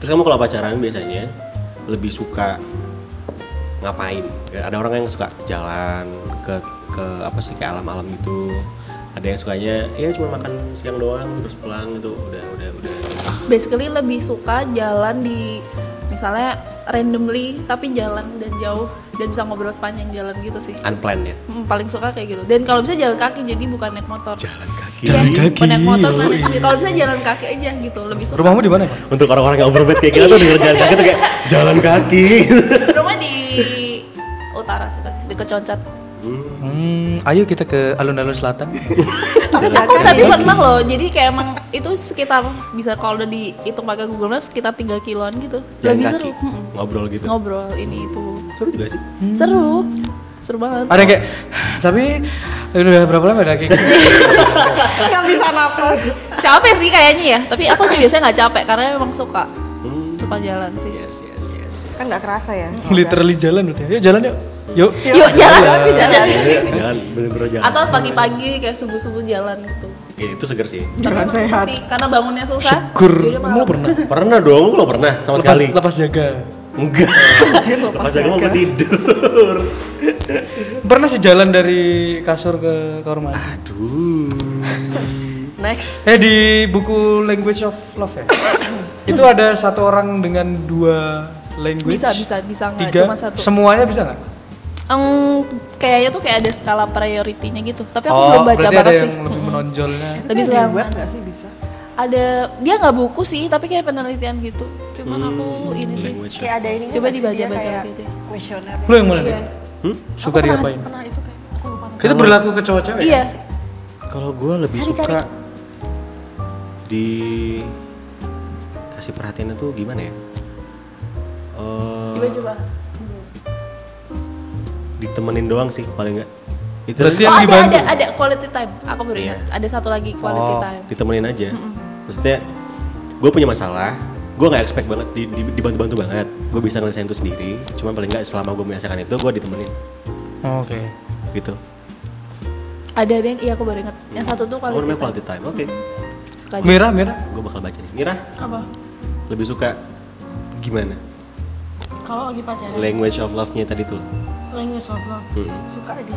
B: Terus kamu kalau pacaran biasanya lebih suka ngapain? Ya, Ada orang yang suka jalan ke ke apa sih ke alam-alam gitu. Ada yang sukanya ya cuma makan siang doang terus pulang gitu. Udah udah udah.
D: basically lebih suka jalan di misalnya randomly tapi jalan dan jauh dan bisa ngobrol sepanjang jalan gitu sih
B: Unplanned ya.
D: Mm, paling suka kayak gitu dan kalau bisa jalan kaki jadi bukan naik motor
B: Jalan kaki.
D: Iya,
A: Jalan kaki,
D: bukan naik motor bukan
A: yoi.
D: naik kaki. kalau bisa jalan kaki aja gitu lebih suka
A: rumahmu di mana pak
B: Untuk orang-orang yang overweight kayak kita tuh denger jalan kaki tuh kayak Iya. jalan kaki.
D: rumah di utara situ deket Concat
A: hmm, ayo kita ke alun-alun selatan
D: aku tapi pernah loh jadi kayak emang itu sekitar bisa kalau udah dihitung pakai Google Maps sekitar 3 kiloan gitu
B: jalan
D: lebih
B: kaki.
D: seru Mm-mm.
B: Ngobrol gitu.
D: ngobrol ini itu
B: Seru juga sih.
D: seru seru banget
A: ada yang kayak tapi udah berapa lama ada kayak gitu
D: Iya.
C: Gak bisa napas.
D: capek sih kayaknya ya tapi aku sih biasanya nggak capek karena memang suka
B: Hmm.
D: suka jalan sih
B: Yes yes yes. yes.
C: Kan gak kerasa ya.
A: literally jalan berarti yuk jalan yuk yuk
C: Iya.
D: yuk jalan jalan
B: Jalan bener-bener jalan.
D: atau pagi-pagi kayak subuh-subuh jalan gitu
B: Ya, itu seger sih.
C: Jalan
D: Tapi
C: sehat.
D: sih karena bangunnya susah
A: syukur
D: jadi
A: kamu
D: malam.
A: lo pernah
B: Pernah dong, lo pernah
A: lepas,
B: sama sekali.
A: lepas jaga
B: Enggak.
C: Anjir, lepas
B: Lepas jaga mau
C: jaga.
B: tidur.
A: pernah sih jalan dari kasur ke kamar mandi
B: Aduh.
C: Next.
A: Eh di buku Language of Love ya. itu ada satu orang dengan dua language.
D: Bisa, bisa, bisa nggak?
A: Tiga.
D: Cuma satu.
A: Semuanya bisa nggak?
D: Em, kayaknya tuh kayak ada skala prioritinya gitu tapi aku
A: Oh,
D: belum
A: berarti
D: baca
A: ada
D: banget
A: yang
D: sih
A: lebih
D: Mm-mm.
A: menonjolnya.
D: lebih
C: Tapi
D: suka
C: di
D: yang
C: web
D: mana?
C: gak sih bisa?
D: ada dia nggak buku sih tapi kayak penelitian gitu cuman aku
A: Hmm.
D: ini sih
B: Language.
C: Kayak ada ini.
D: Coba
C: nggak sih,
D: dibaca-
C: dia
D: baca
C: kayak
D: gitu.
C: Kuesioner.
A: Lu yang mulai.
D: Iya.
A: deh.
B: Hmm?
A: Suka
C: Pernah-
A: diapain?
C: Pernah itu kayak. Aku lupa.
A: Itu berlaku ke cowok-cewek.
D: iya
A: ya?
B: Kalau gue lebih suka di kasih perhatiannya tuh gimana ya? Eh,
D: coba coba
B: ditemenin doang sih paling enggak. Itu
A: Berarti
D: oh
A: yang
D: ada
A: dibantu.
D: ada ada quality time aku baru
B: Iya.
D: ingat ada satu lagi quality
A: Oh,
D: time
B: ditemenin aja. Maksudnya gue punya masalah, gue nggak expect banget di- di- dibantu-bantu banget. Gue bisa ngelesain itu sendiri. Cuma paling nggak selama gue merasakan itu gue ditemenin
A: Oh, Oke.
B: gitu.
D: ada ada yang iya aku baru ingat yang satu tuh
B: Oh,
D: quality
B: namanya
D: time Mm-hmm.
B: quality time. Oke,
D: suka aja
A: Merah, merah.
B: gue bakal baca nih. Mira,
D: apa
B: lebih suka gimana?
C: Kalau lagi pacaran,
B: Language of love-nya tadi tuh.
C: language of love. Suka di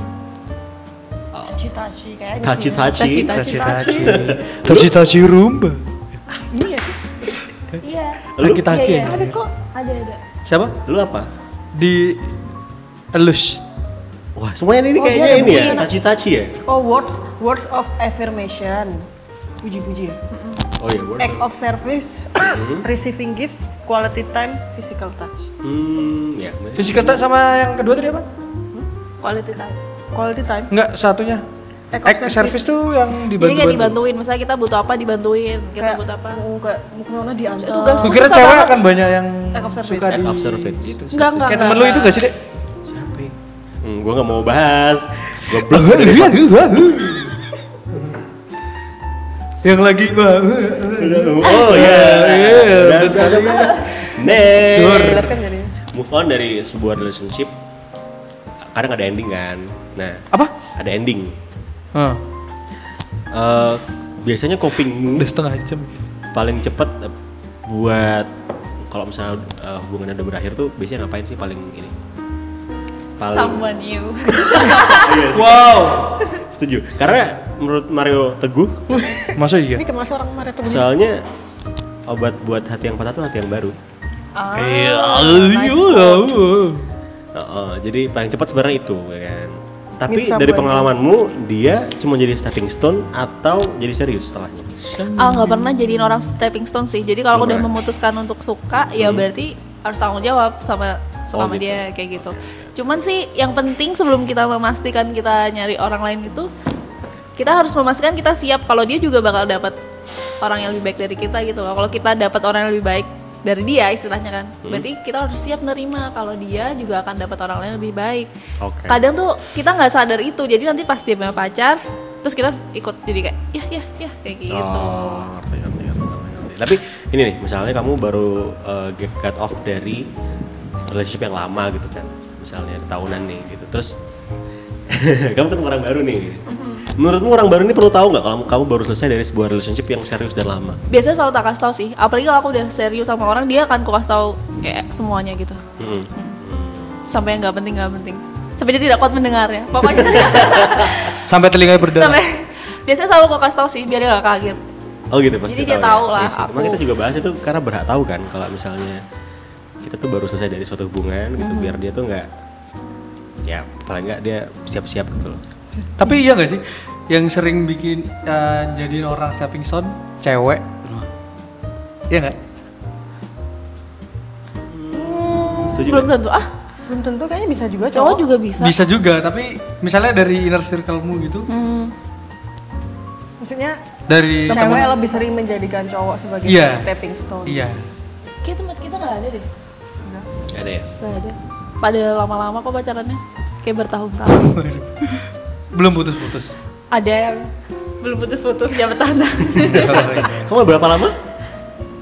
D: Oh.
C: Taci-taci kayak
B: Tachi tachi.
D: Tachi-tachi.
A: Taci-taci. Taci-taci rumba.
C: Iya.
D: iya
B: Lu?
A: Taki-taki.
D: iya, iya. ada
A: ya?
D: kok ada ada
A: Siapa?
B: Lu apa?
A: Di elus.
B: Wah, semuanya ini
C: Oh,
B: kayaknya
C: dia ada
B: ini ya,
C: mungkin.
B: tachi tachi ya.
C: Oh words words of affirmation. Puji-puji ya.
B: Oh iya, word.
C: Act of service,
D: Mm-hmm.
C: receiving gifts, quality time, physical touch.
B: Hmm, ya. bener.
A: Fisika tak sama yang kedua tadi apa?
D: quality time
C: Quality time.
A: Enggak, satunya.
C: Act of
A: Ek service tuh yang
D: jadi kayak
A: dibantu-bantu.
D: dibantuin misalnya kita butuh apa dibantuin kita
C: Kayak-
D: butuh Iya, apa
C: Oh, kayak mukanya diantar.
D: Tugas.
A: Gue kira
D: Susah
A: cewek
D: banget
A: akan banyak yang
C: Act of service.
A: suka
B: Act
A: di
B: of service.
A: Gitu.
D: enggak enggak
A: Kayak
D: enggak,
A: temen lu
D: enggak.
A: itu gak sih, Dek?
B: Siapa? ya? Hmm, gua nggak mau bahas. Goblok.
A: Hahaha. yang lagi bang.
B: Oh iya.
A: Iya,
B: Dan
A: betul sekali.
B: Next.
C: Jelaskan jadi.
B: Move on dari sebuah relationship kadang ada ending kan. Nah,
A: Apa?
B: ada ending.
A: Hah,
B: Eh, biasanya copingmu
A: udah setengah jam.
B: paling cepat eh, buat kalau misalnya eh, hubungannya udah berakhir tuh biasanya ngapain sih paling ini?
D: Someone new.
B: Iya,
A: Wow.
B: setuju. Karena menurut Mario Teguh,
A: Masa
C: Ini
A: iya?
C: kemasa orang marah tuh gini.
B: soalnya obat buat hati yang patah tuh hati yang baru.
C: Ah,
A: Iya.
C: nice.
B: Heeh, jadi paling cepat sebenarnya itu ya kan. Tapi
C: Meet
B: dari
C: someone.
B: pengalamanmu dia cuma jadi stepping stone atau jadi serius setelahnya?
D: Ah nggak pernah jadiin orang stepping stone sih. Jadi kalau aku
B: Belum
D: udah
B: pernah.
D: memutuskan untuk suka, ya berarti harus tanggung jawab
B: Hmm.
D: sama
B: Oh,
D: suka sama
B: gitu.
D: dia kayak gitu. Cuman sih yang penting sebelum kita memastikan kita nyari orang lain itu, kita harus memastikan kita siap kalau dia juga bakal dapat orang yang lebih baik dari kita gitu loh. Kalau kita dapat orang yang lebih baik dari dia istilahnya kan,
B: Hmm.
D: berarti kita harus siap nerima kalau dia juga akan dapat orang lain lebih baik.
B: Oke.
D: Kadang tuh kita nggak sadar itu, jadi nanti pas dia punya pacar, terus kita ikut jadi kayak ya ya ya kayak gitu.
B: Oh, ngerti, ngerti, ngerti, ngerti, ngerti. Tapi ini nih, misalnya kamu baru uh, get cut off dari relationship yang lama gitu kan, misalnya tahunan nih gitu. Terus kamu ketemu orang baru nih. Menurutmu orang baru ini perlu tahu nggak kalau kamu baru selesai dari sebuah relationship yang serius dan lama?
D: biasanya selalu tak kasih tau sih apalagi kalau aku udah serius sama orang dia akan ku kasih tau kayak semuanya gitu
B: Mm-mm.
D: sampai yang nggak penting nggak penting sampai dia tidak kuat mendengarnya pokoknya
A: Sampai telinga berdarah.
D: sampai biasanya selalu aku kasih tau sih biar dia nggak kaget
B: Oh gitu pasti.
D: Jadi dia
B: ya?
D: tahu lah
B: Iya sih. Emang
D: aku.
B: kita juga bahas itu karena berhak tahu kan kalau misalnya kita tuh baru selesai dari suatu hubungan gitu
D: Mm-hmm.
B: biar dia tuh nggak ya paling nggak dia siap-siap gitu loh.
A: Tapi iya gak sih? Yang sering bikin eh, jadiin orang stepping stone cewek. Iya nggak?
B: Setuju
D: belum
B: nggak?
D: tentu ah
C: Belum tentu kayaknya bisa juga
D: cowok
C: cowok.
D: juga bisa
A: Bisa juga, tapi misalnya dari inner circle-mu gitu,
D: Hmm,
C: Maksudnya
D: Iya,
A: dari
C: cewek
A: teman.
C: lebih sering menjadikan cowok sebagai
A: Iya.
C: stepping stone.
A: Iya.
D: kayak tempat kita nggak ada deh
B: Nggak ada ya?
D: nggak ada pada lama-lama kok pacarannya kayak bertahun-tahun
A: Belum putus-putus.
D: ada yang belum putus-putus jam bertahun-tahun
B: Kamu berapa lama?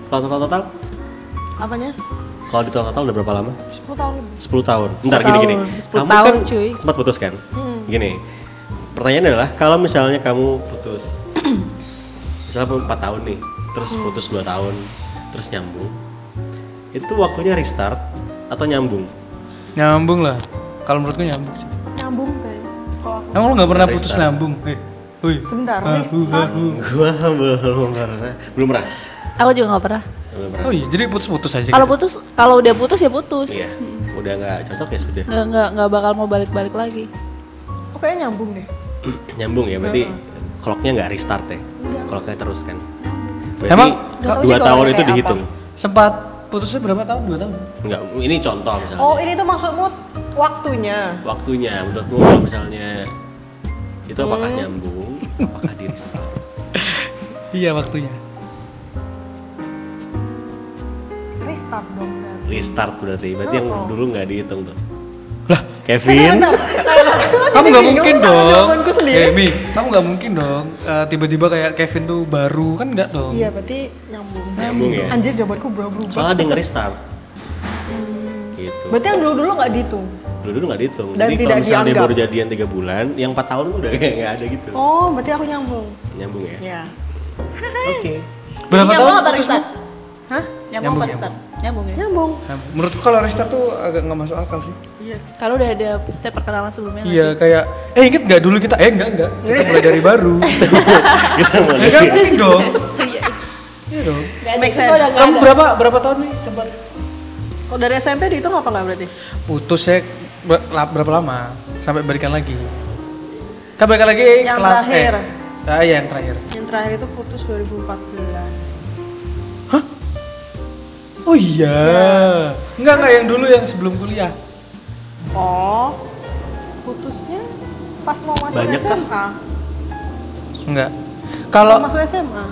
B: Kalau total total?
C: Apanya?
B: Kalau di total total udah berapa lama?
C: 10 tahun lebih.
B: 10 tahun. Bentar
D: 10
B: gini gini.
D: tahun, 10
B: Kamu
D: tahun,
B: kan
D: cuy. Hmm.
B: sempat putus kan? Gini. Pertanyaannya adalah kalau misalnya kamu putus misalnya 4 tahun nih, terus
D: Hmm.
B: putus 2 tahun, terus nyambung. Itu waktunya restart atau nyambung?
A: nyambung lah. Kalau menurutku nyambung sih.
C: Nyambung kayaknya. Kalau aku
A: Emang lu gak pernah
B: Restart.
A: putus nyambung? Eh, woi.
C: Sebentar,
A: Ah,
C: restart.
A: uh, ah, uh.
B: Gua belum pernah. Belum pernah.
D: aku juga nggak pernah
B: Belum pernah.
A: Oh iya, jadi putus-putus aja
D: kalau
A: gitu.
D: putus kalau udah putus ya putus
B: Iya. Udah nggak cocok ya sudah.
D: nggak nggak nggak bakal mau balik-balik lagi
C: aku kayaknya nyambung deh.
B: nyambung ya berarti
D: Hmm.
B: clocknya nggak restart
D: Iya.
B: ya clocknya terus kan berarti
A: Emang
C: Nggak tahu
B: dua
C: juga
B: tahun
C: orangnya
B: itu
C: kayak
B: dihitung
A: Sempat putusnya berapa tahun? Dua tahun.
B: nggak ini contoh misalnya
C: Oh, ini tuh maksudmu waktunya.
B: waktunya menurutmu kalau misalnya itu apakah
C: Hmm.
B: nyambung apakah di restart
A: Iya waktunya.
C: Restart dong. Fer.
B: restart berarti berarti yang
C: Oh.
B: dulu nggak dihitung tuh
A: Lah,
B: Kevin
A: kamu nggak mungkin
C: Bingung sama
A: dong.
C: jawabanku sendiri.
A: Eh, Mi, kamu nggak mungkin dong. eh, Tiba-tiba kayak Kevin tuh baru kan nggak dong?
C: Iya, berarti nyambung.
B: nyambung ya
C: Anjir jawabanku berubah-berubah.
B: soalnya ada yang restart gitu
C: Berarti yang dulu-dulu nggak gitu? dihitung.
B: dulu dulu nggak dihitung
C: Dan
B: jadi
C: tidak
B: kalau misalnya dia
C: dianggap.
B: baru jadian tiga bulan yang empat tahun udah kayak nggak ada gitu
C: Oh, berarti aku nyambung.
B: nyambung ya oke
C: Ya.
A: Berapa
D: Nyambung
A: tahun
D: apa
A: putusmu?
D: restart?
C: Hah?
A: Nyambung,
D: Nyambung, apa restart? Nyambung ya?
C: Nyambung.
A: Nah, menurutku kalau restart tuh agak nggak masuk akal sih.
C: Iya.
D: Kalau udah ada step perkenalan sebelumnya nggak
A: Iya kayak, eh inget nggak dulu kita? Eh nggak nggak, kita mulai dari baru.
B: kita mau
A: Eh, nggak mungkin dong.
D: sih? Iya.
A: Iya dong.
D: Nggak ada,
C: Make
D: itu
C: sense.
D: udah nggak
A: Kamu
D: ada.
A: berapa berapa tahun nih sempat
C: Kalau dari SMP dihitung apa nggak berarti?
A: putus ya ber- la- berapa lama sampai balikan lagi? Kan balikan lagi
C: Yang
A: kelas
C: terakhir.
A: E. Ah iya yang terakhir.
C: Yang terakhir itu putus 2014.
A: Oh iya. Enggak enggak yang dulu yang sebelum kuliah.
C: Oh, putusnya pas mau masuk
B: Banyak kah?
C: SMA.
A: Enggak.
C: Kalau
A: Kalau
C: masuk SMA.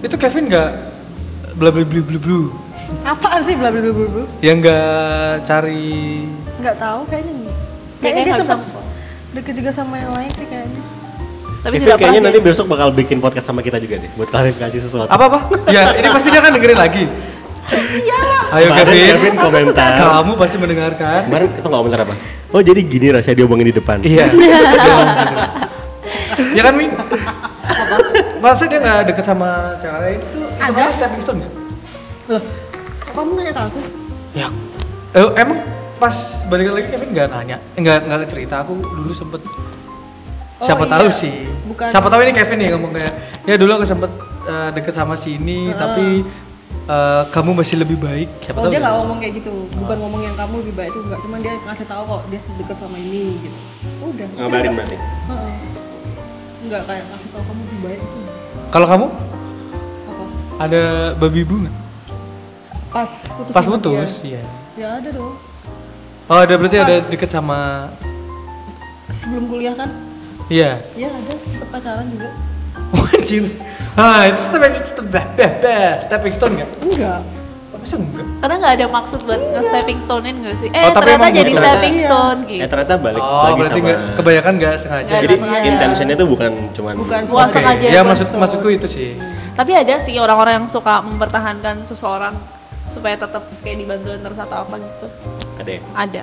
A: itu Kevin enggak bla bla bla bla bla.
C: Apaan sih bla bla bla bla, bla?
A: Yang enggak cari
C: Nggak tahu kayaknya nih.
D: kayaknya
C: Kayaknya dia
D: nggak
C: sempat
D: bisa.
C: deket juga sama yang lain sih kayaknya.
D: tapi
B: Kevin
D: tidak ya.
B: kayaknya
D: pernah
B: nanti
D: jadi.
B: besok bakal bikin podcast sama kita juga deh buat klarifikasi sesuatu.
A: Apa apa? ya ini pasti dia kan dengerin lagi.
C: Iya.
A: Ayo
B: Kemarin
A: Kevin.
B: Kevin kan? komentar.
A: Kamu pasti mendengarkan.
B: Kemarin kita nggak komentar apa? Oh jadi gini rasanya diomongin di depan.
A: Iya. Dia ngomong gitu. ya kan, Wi? Masa dia nggak deket sama cewek lain itu itu kan stepping stone ya?
C: Kok kamu nanya ke aku?
A: Ya. eh, emang pas balik lagi Kevin nggak nanya, Eh, nggak nggak cerita aku dulu sempet siapa
C: iya.
A: tahu sih.
C: Bukan.
A: Siapa tahu ini Kevin nih ngomong kayak ya dulu aku sempet eh, deket sama si ini tapi eh, kamu masih lebih baik. Siapa
C: Oh
A: tahu.
C: dia
A: gitu.
C: nggak ngomong kayak gitu, bukan ngomong yang kamu lebih baik itu enggak, cuman dia ngasih tahu kok dia deket sama ini gitu. Udah.
B: Ngabarin berarti.
C: Heeh. Enggak kayak ngasih tahu kamu lebih baik itu.
A: Kalau kamu
C: Apa?
A: ada babi ibu nggak?
C: Pas putus.
A: Pas
C: sama
A: putus,
C: dia.
A: iya.
C: Ya ada dong.
A: Oh ada berarti
C: Pas.
A: ada deket sama,
C: Sebelum kuliah kan?
A: iya.
C: Ya ada sempet pacaran juga.
A: Wajir. Ah, itu stepping stone, beh, beh, beh, stepping stone nggak?
C: Enggak.
A: Masa enggak?
D: karena nggak ada maksud buat nge-stepping stone-in nggak sih eh
A: Oh, tapi
D: ternyata
A: emang
D: jadi
A: bener.
D: stepping
C: Iya.
D: stone
B: Eh
D: gitu
B: ternyata balik
A: Oh,
B: lagi
A: berarti
B: sama.
A: nggak kebanyakan nggak sengaja.
D: Nggak
B: Jadi
D: sengaja.
B: intentionnya tuh bukan cuman.
C: Bukan
D: Bukan
A: Oke.
D: sengaja
A: Ya
D: buat
A: maksud
C: stone.
A: maksudku itu sih.
D: tapi ada sih orang-orang yang suka mempertahankan seseorang supaya tetap kayak dibantuin terus atau apa gitu
B: Ada ya?
D: ada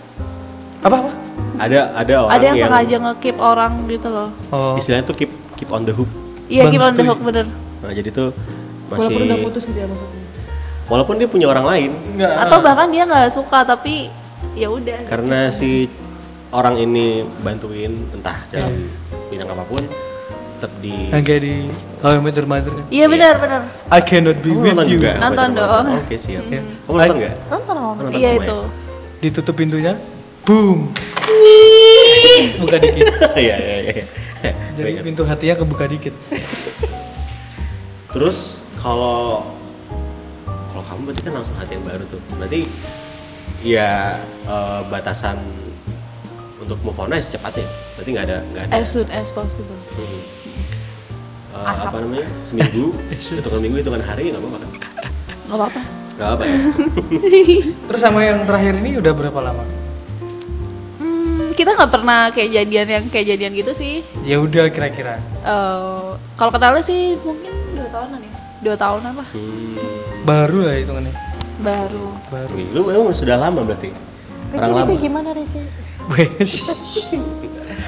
A: Apa? apa?
B: Ada ada orang
D: ada yang,
B: yang,
D: sengaja nge-keep orang gitu loh
A: Oh.
B: istilahnya tuh keep keep on the hook.
D: iya keep on the
A: Bangstui.
D: hook bener
B: Nah, jadi tuh masih
C: Walaupun udah
B: walaupun,
C: putus gitu ya maksudnya.
B: dia punya orang lain
A: Enggak.
D: atau bahkan dia nggak suka tapi ya udah
B: karena si orang ini bantuin entah dalam
A: Iya.
B: bidang apapun tetap di
A: Yang kayak di How I Met Your Mother.
D: iya benar benar
A: I cannot be
B: Kamu
A: with
B: nonton
A: you.
B: juga?
D: Nonton
B: Apa itu?
D: dong.
B: Oke siap.
A: Iya.
B: Kamu nonton nggak?
D: nonton nonton
B: Nonton
D: iya
B: semua
D: itu
A: Ditutup pintunya. Boom. Buka dikit.
B: Iya iya iya.
A: Jadi
B: Baik.
A: pintu hatinya kebuka dikit.
B: Terus kalau kalau kamu berarti kan langsung hati yang baru tuh. Berarti ya eh, batasan untuk move on-nya secepatnya. Berarti nggak ada nggak ada.
D: as soon as possible
B: Hmm. Eh, apa namanya seminggu hitungan minggu hitungan hari nggak apa-apa kan
D: nggak apa-apa
B: nggak apa ya
A: Terus sama yang terakhir ini udah berapa lama?
D: Hmm, kita nggak pernah kayak jadian yang kayak jadian gitu sih.
A: Ya udah kira-kira.
D: Eh, kalau kenalnya sih mungkin dua tahunan ya, dua tahun apa?
A: Baru lah hitungannya.
D: Baru.
A: Baru.
B: Wih, Hmm. lu emang sudah lama berarti orang lama
C: gimana Rece?
A: Wes.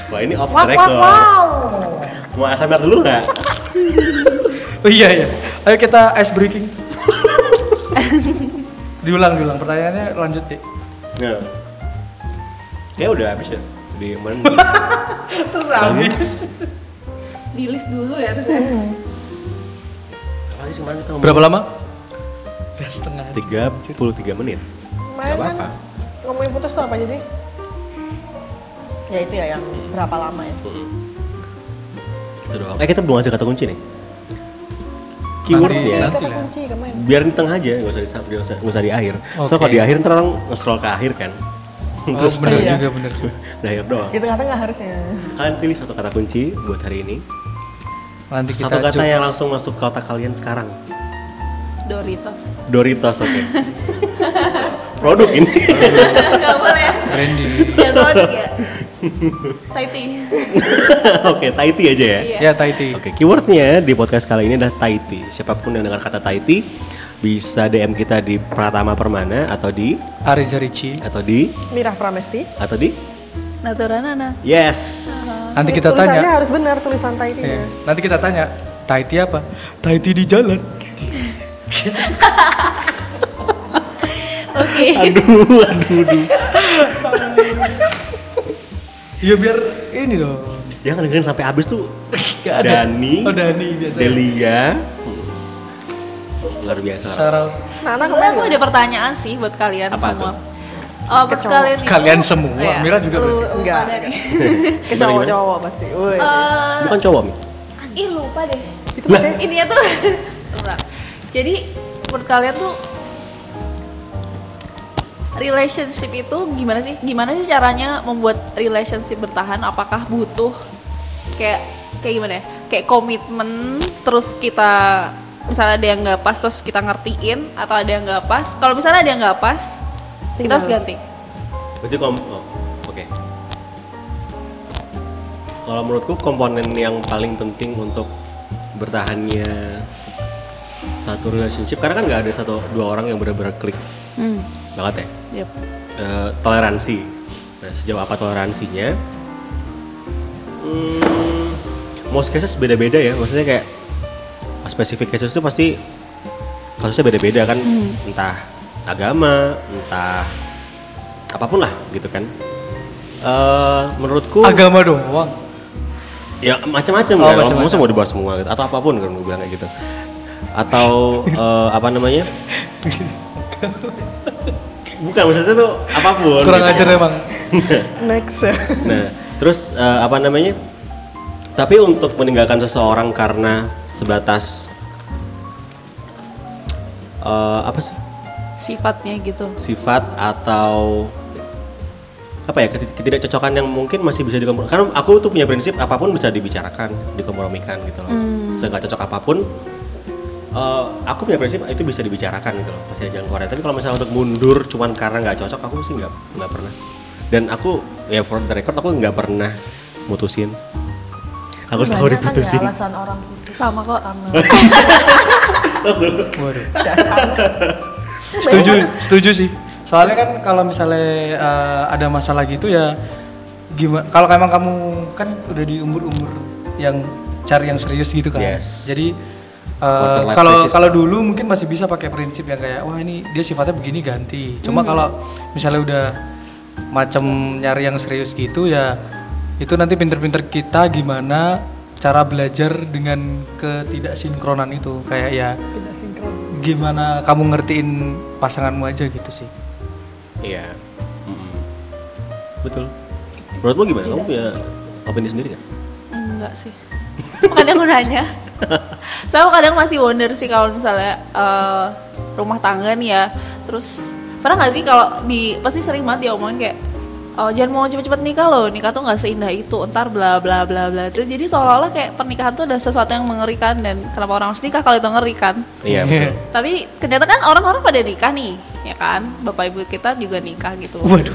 B: wah ini off the record mau asmr dulu nggak
A: Oh iya iya. Ayo kita ice breaking. diulang diulang pertanyaannya lanjut deh.
B: ya kayak udah habis ya di kemarin
A: Terus habis.
D: Di list dulu ya terus.
B: apalagi sih kemarin kita ngomong
A: Berapa lama? Udah setengah.
B: tiga puluh tiga menit Nggak
C: Kemarin kan
B: apa-apa.
C: ngomongin putus tuh apa aja sih? Ya itu ya yang berapa lama ya?
A: Gitu
B: itu doang eh kita belum ngasih kata kunci nih
A: Nanti-
B: keywordnya
A: Iya, nanti
C: Kata
A: lah.
C: kunci kemarin.
B: biar di tengah aja nggak usah di nggak usah, nggak usah di akhir so
A: Oke.
B: kalau di akhir ntar orang nge-scroll ke akhir kan
A: Oh, bener
C: Iya.
A: juga bener.
B: di akhir doang
C: Di tengah-tengah harusnya.
B: kalian pilih satu kata kunci buat hari ini
A: Nanti kita
B: satu kata
A: coba.
B: yang langsung masuk ke otak kalian sekarang
D: Doritos.
B: Doritos oke produk ini
D: Gak boleh ya.
A: Randy.
D: Jangan produk ya. Taiti.
B: oke Taiti aja ya
D: Iya.
A: Ya Taiti.
B: oke keywordnya di podcast kali ini adalah Taiti siapapun yang dengar kata Taiti bisa DM kita di Pratama Permana atau di
A: Ariza Ricci.
B: atau di
C: Mirah Pramesti.
B: atau di
D: Naturanana.
B: yes Uh-huh.
A: Nanti kita
C: Tulisannya
A: tanya.
C: harus benar tulisan Taiti. ya.
A: Iya. Nanti kita tanya. Taiti apa? Taiti di jalan.
D: Oke.
B: aduh aduh aduh
A: Ya biar ini dong.
B: jangan dengerin sampai habis tuh
A: Nggak ada.
B: Dani
A: Oh Dani biasanya.
B: Delia Hmm. luar biasa
A: Sarah.
D: Sebenarnya
C: Nana kemarin
D: aku ada pertanyaan sih buat kalian
B: Apa
D: semua.
B: tuh?
D: Oh, buat kalian itu-
A: Kalian semua,
D: Iya.
A: Mira juga
D: Lu-
A: berarti.
D: lu
C: Enggak,
D: pada nih.
C: ke cowok-cowok pasti. Woi.
D: Eh,
B: bukan cowok Mi.
D: Ih lupa deh.
C: itu ya?
B: lah.
C: pasti
D: intinya tuh Tunggu. jadi menurut kalian tuh relationship itu gimana sih gimana sih caranya membuat relationship bertahan apakah butuh kayak kayak gimana ya kayak komitmen terus kita misalnya ada yang nggak pas terus kita ngertiin atau ada yang nggak pas kalau misalnya ada yang nggak pas kita
C: Tinggal.
D: harus ganti
B: Berarti kom oh, oke. Kalau menurutku komponen yang paling penting untuk bertahannya satu relationship karena kan nggak ada satu dua orang yang benar-benar klik
C: Hmm.
B: banget ya.
C: Yep.
B: Eh, toleransi. Nah, sejauh apa toleransinya? Hmm, most cases beda-beda ya. Maksudnya kayak specific cases itu pasti kasusnya beda-beda kan.
A: Hmm.
B: Entah agama, entah apapun lah gitu kan. Eh, menurutku
A: Agama doang.
B: ya macam-macam
A: Oh,
B: kan
A: macam-macam.
B: Maksudnya mau dibahas semua gitu. atau apapun kan gue bilang kayak gitu atau eh, apa namanya bukan maksudnya tuh apapun
A: Kurang
B: gitu.
A: ajar emang.
C: Next ya.
B: nah terus eh, apa namanya tapi untuk meninggalkan seseorang karena sebatas eh, apa sih
D: sifatnya gitu
B: sifat atau apa ya keti- ketidakcocokan yang mungkin masih bisa dikompromikan karena aku tuh punya prinsip apapun bisa dibicarakan dikompromikan gitu loh
C: Hmm.
B: Seenggak cocok apapun eh, aku punya prinsip itu bisa dibicarakan gitu loh pasti ada jalan keluar tapi kalau misalnya untuk mundur cuman karena nggak cocok aku sih nggak nggak pernah dan aku ya for the record aku nggak pernah mutusin aku selalu
C: Banyak kan ya
B: diputusin
C: alasan orang putus.
D: sama kok
B: terus dulu
A: Waduh. setuju, setuju sih. Soalnya kan kalau misalnya eh, ada masalah gitu ya gimana kalau emang kamu kan udah di umur-umur yang cari yang serius gitu kan.
B: Yes.
A: Jadi eh,
B: Quarter life
A: kalau
B: crisis.
A: kalau dulu mungkin masih bisa pakai prinsip yang kayak wah ini dia sifatnya begini ganti. Cuma kalau misalnya udah macam nyari yang serius gitu ya itu nanti pinter-pinter kita gimana cara belajar dengan ketidaksinkronan itu kayak ya
C: Tidak sinkron.
A: gimana kamu ngertiin pasanganmu aja gitu sih
B: iya Mm-mm. betul menurutmu gimana
C: Iya.
B: kamu punya opini sendiri nggak
D: enggak sih makanya aku nanya saya kadang masih wonder sih kalau misalnya eh, rumah tangga nih ya terus pernah nggak sih kalau di pasti sering banget diomongin kayak "Oh, jangan mau cepet-cepet nikah loh nikah tuh nggak seindah itu entar bla bla bla bla Terus jadi seolah-olah kayak pernikahan tuh ada sesuatu yang mengerikan dan kenapa orang harus nikah kalau itu ngerikan
B: iya betul
D: tapi kenyataan kan orang-orang pada nikah nih ya kan bapak ibu kita juga nikah gitu
A: waduh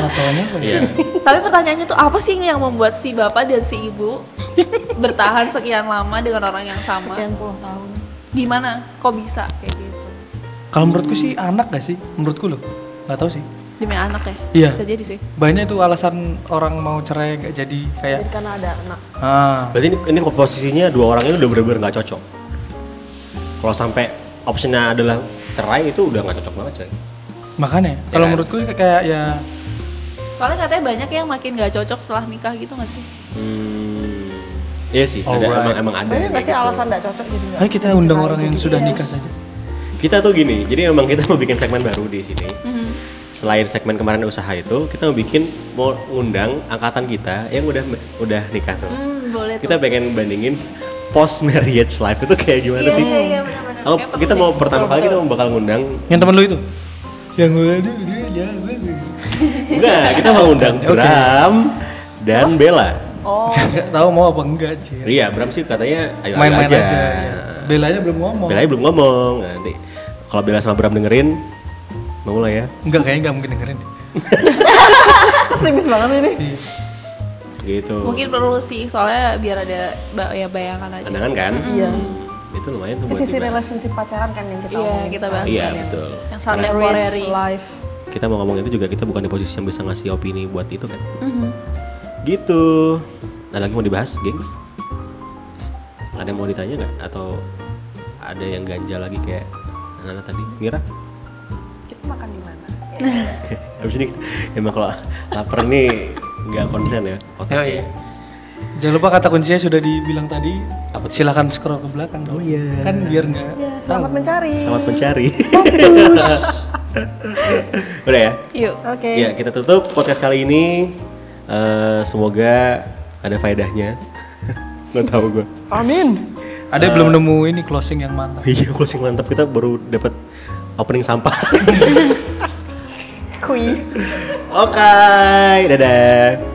A: contohnya apa ya?
B: Iya.
D: Tapi pertanyaannya tuh apa sih yang membuat si bapak dan si ibu bertahan sekian lama dengan orang yang sama?
C: Sekian puluh tahun.
D: Gimana? Kok bisa kayak gitu?
A: kalau menurutku sih anak gak sih menurutku loh nggak tahu sih
D: Demi anak ya?
A: Iya.
D: Bisa jadi sih.
A: banyak itu alasan orang mau cerai nggak jadi kayak
C: Jadi karena ada anak.
A: ah
B: Berarti ini, ini posisinya dua orang ini udah bener-bener nggak cocok. Kalau sampai opsinya adalah cerai itu udah nggak cocok banget coy.
A: makanya kalau
B: kan?
A: menurutku kayak ya
D: Soalnya katanya banyak yang makin gak cocok setelah nikah gitu gak sih?
B: Hmm, iya sih, ada,
A: Alright.
B: emang emang ada.
C: Banyak
B: yang
C: nggak
B: kayak
C: sih
B: gitu.
C: alasan tidak cocok jadi nggak?
A: ayo kita undang orang yang
C: Jadi
A: sudah
C: ya,
A: nikah saja
B: Kita tuh gini, jadi memang kita mau bikin segmen baru di sini.
D: Mm-hmm.
B: Selain segmen kemarin usaha itu, kita mau bikin mau ngundang angkatan kita yang udah udah nikah tuh.
D: Hmm, boleh tuh.
B: Kita pengen bandingin post marriage life itu kayak gimana
D: Iya,
B: sih?
D: iya, iya, benar-benar.
B: Aku-
D: Kayak
B: kita
D: perlu
B: mau
D: deh.
B: pertama kali kita mau bakal ngundang
A: yang temen lu itu yang gue aduh, dia dia gue gue.
B: Enggak, kita mau undang
A: Oke.
B: Bram dan Bella.
C: Oh,
A: nggak tahu mau apa enggak sih
B: Iya, Bram sih katanya ayo
A: main-main
B: aja.
A: aja,
C: iya.
A: ya. belanya belum ngomong
B: Bella belum ngomong. Nanti kalau Bella sama Bram dengerin mau lah ya.
A: enggak kayaknya enggak mungkin dengerin
C: pesimis banget ini.
A: Iya.
B: Gitu.
D: Mungkin perlu sih, soalnya biar ada ba- ya bayangan aja.
B: Pandangan kan?
C: Iya.
B: Itu lumayan tuh
C: Ini
B: buat
C: sisi
B: dibahas.
C: relationship pacaran kan ya? yang kita
D: Iya,
C: omongin.
D: kita bahas.
B: Iya, betul.
D: Yang saat
B: Karena
D: temporary.
C: life.
B: kita mau ngomong itu juga kita bukan di posisi yang bisa ngasih opini buat itu kan.
D: Mm-hmm.
B: Gitu. Nah, lagi mau dibahas, gengs? Ada yang mau ditanya nggak? Atau ada yang ganjal lagi kayak Nana tadi, Mira?
C: Kita makan di mana?
B: Habis ini kita- emang kalau lapar nih nggak konsen ya
A: Oh
B: otaknya.
A: iya. Jangan lupa kata kuncinya sudah dibilang tadi.
B: Apa tuh?
A: Silahkan scroll ke belakang.
B: Oh iya.
A: Kan biar nggak
C: Ya,
A: tahu.
C: selamat mencari.
B: Selamat mencari. Udah ya.
D: Yuk.
C: Oke.
B: Ya kita tutup podcast kali ini. Eh, semoga ada faedahnya. Nggak tahu gue.
C: Amin.
A: Ada belum nemu ini closing yang mantap.
B: Iya closing mantap kita baru dapat opening sampah.
C: Kui.
B: Oke, dadah.